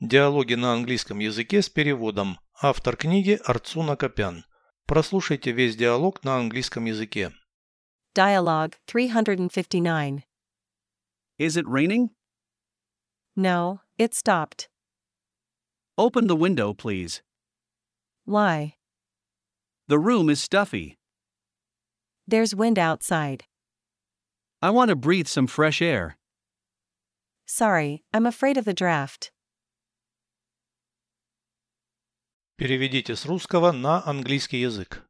Диалоги на английском языке с переводом. Автор книги Арцуна Копян. Прослушайте весь диалог на английском языке. Dialogue 359. Is it raining? No, it stopped. Open the window, please. Why? The room is stuffy. There's wind outside. I want to breathe some fresh air. Sorry, I'm afraid of the draft. Переведите с русского на английский язык.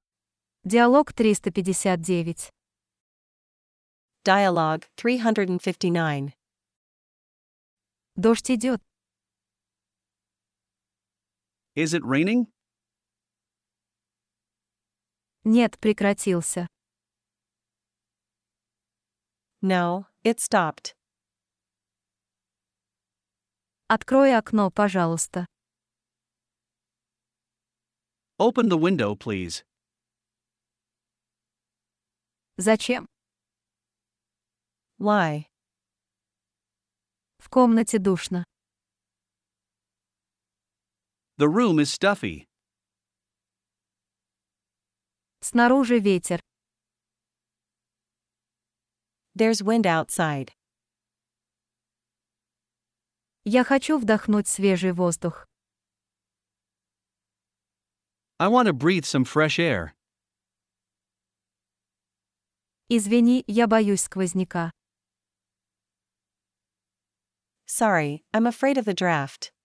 Диалог 359. Dialogue 359. Дождь идет. Is it raining? Нет, прекратился. No, it stopped. Открой окно, пожалуйста. Open the window, please. Зачем? Why? В комнате душно. The room is stuffy. Снаружи ветер. There's wind outside. Я хочу вдохнуть свежий воздух. I want to breathe some fresh air. Извини, я боюсь сквозняка. Sorry, I'm afraid of the draft.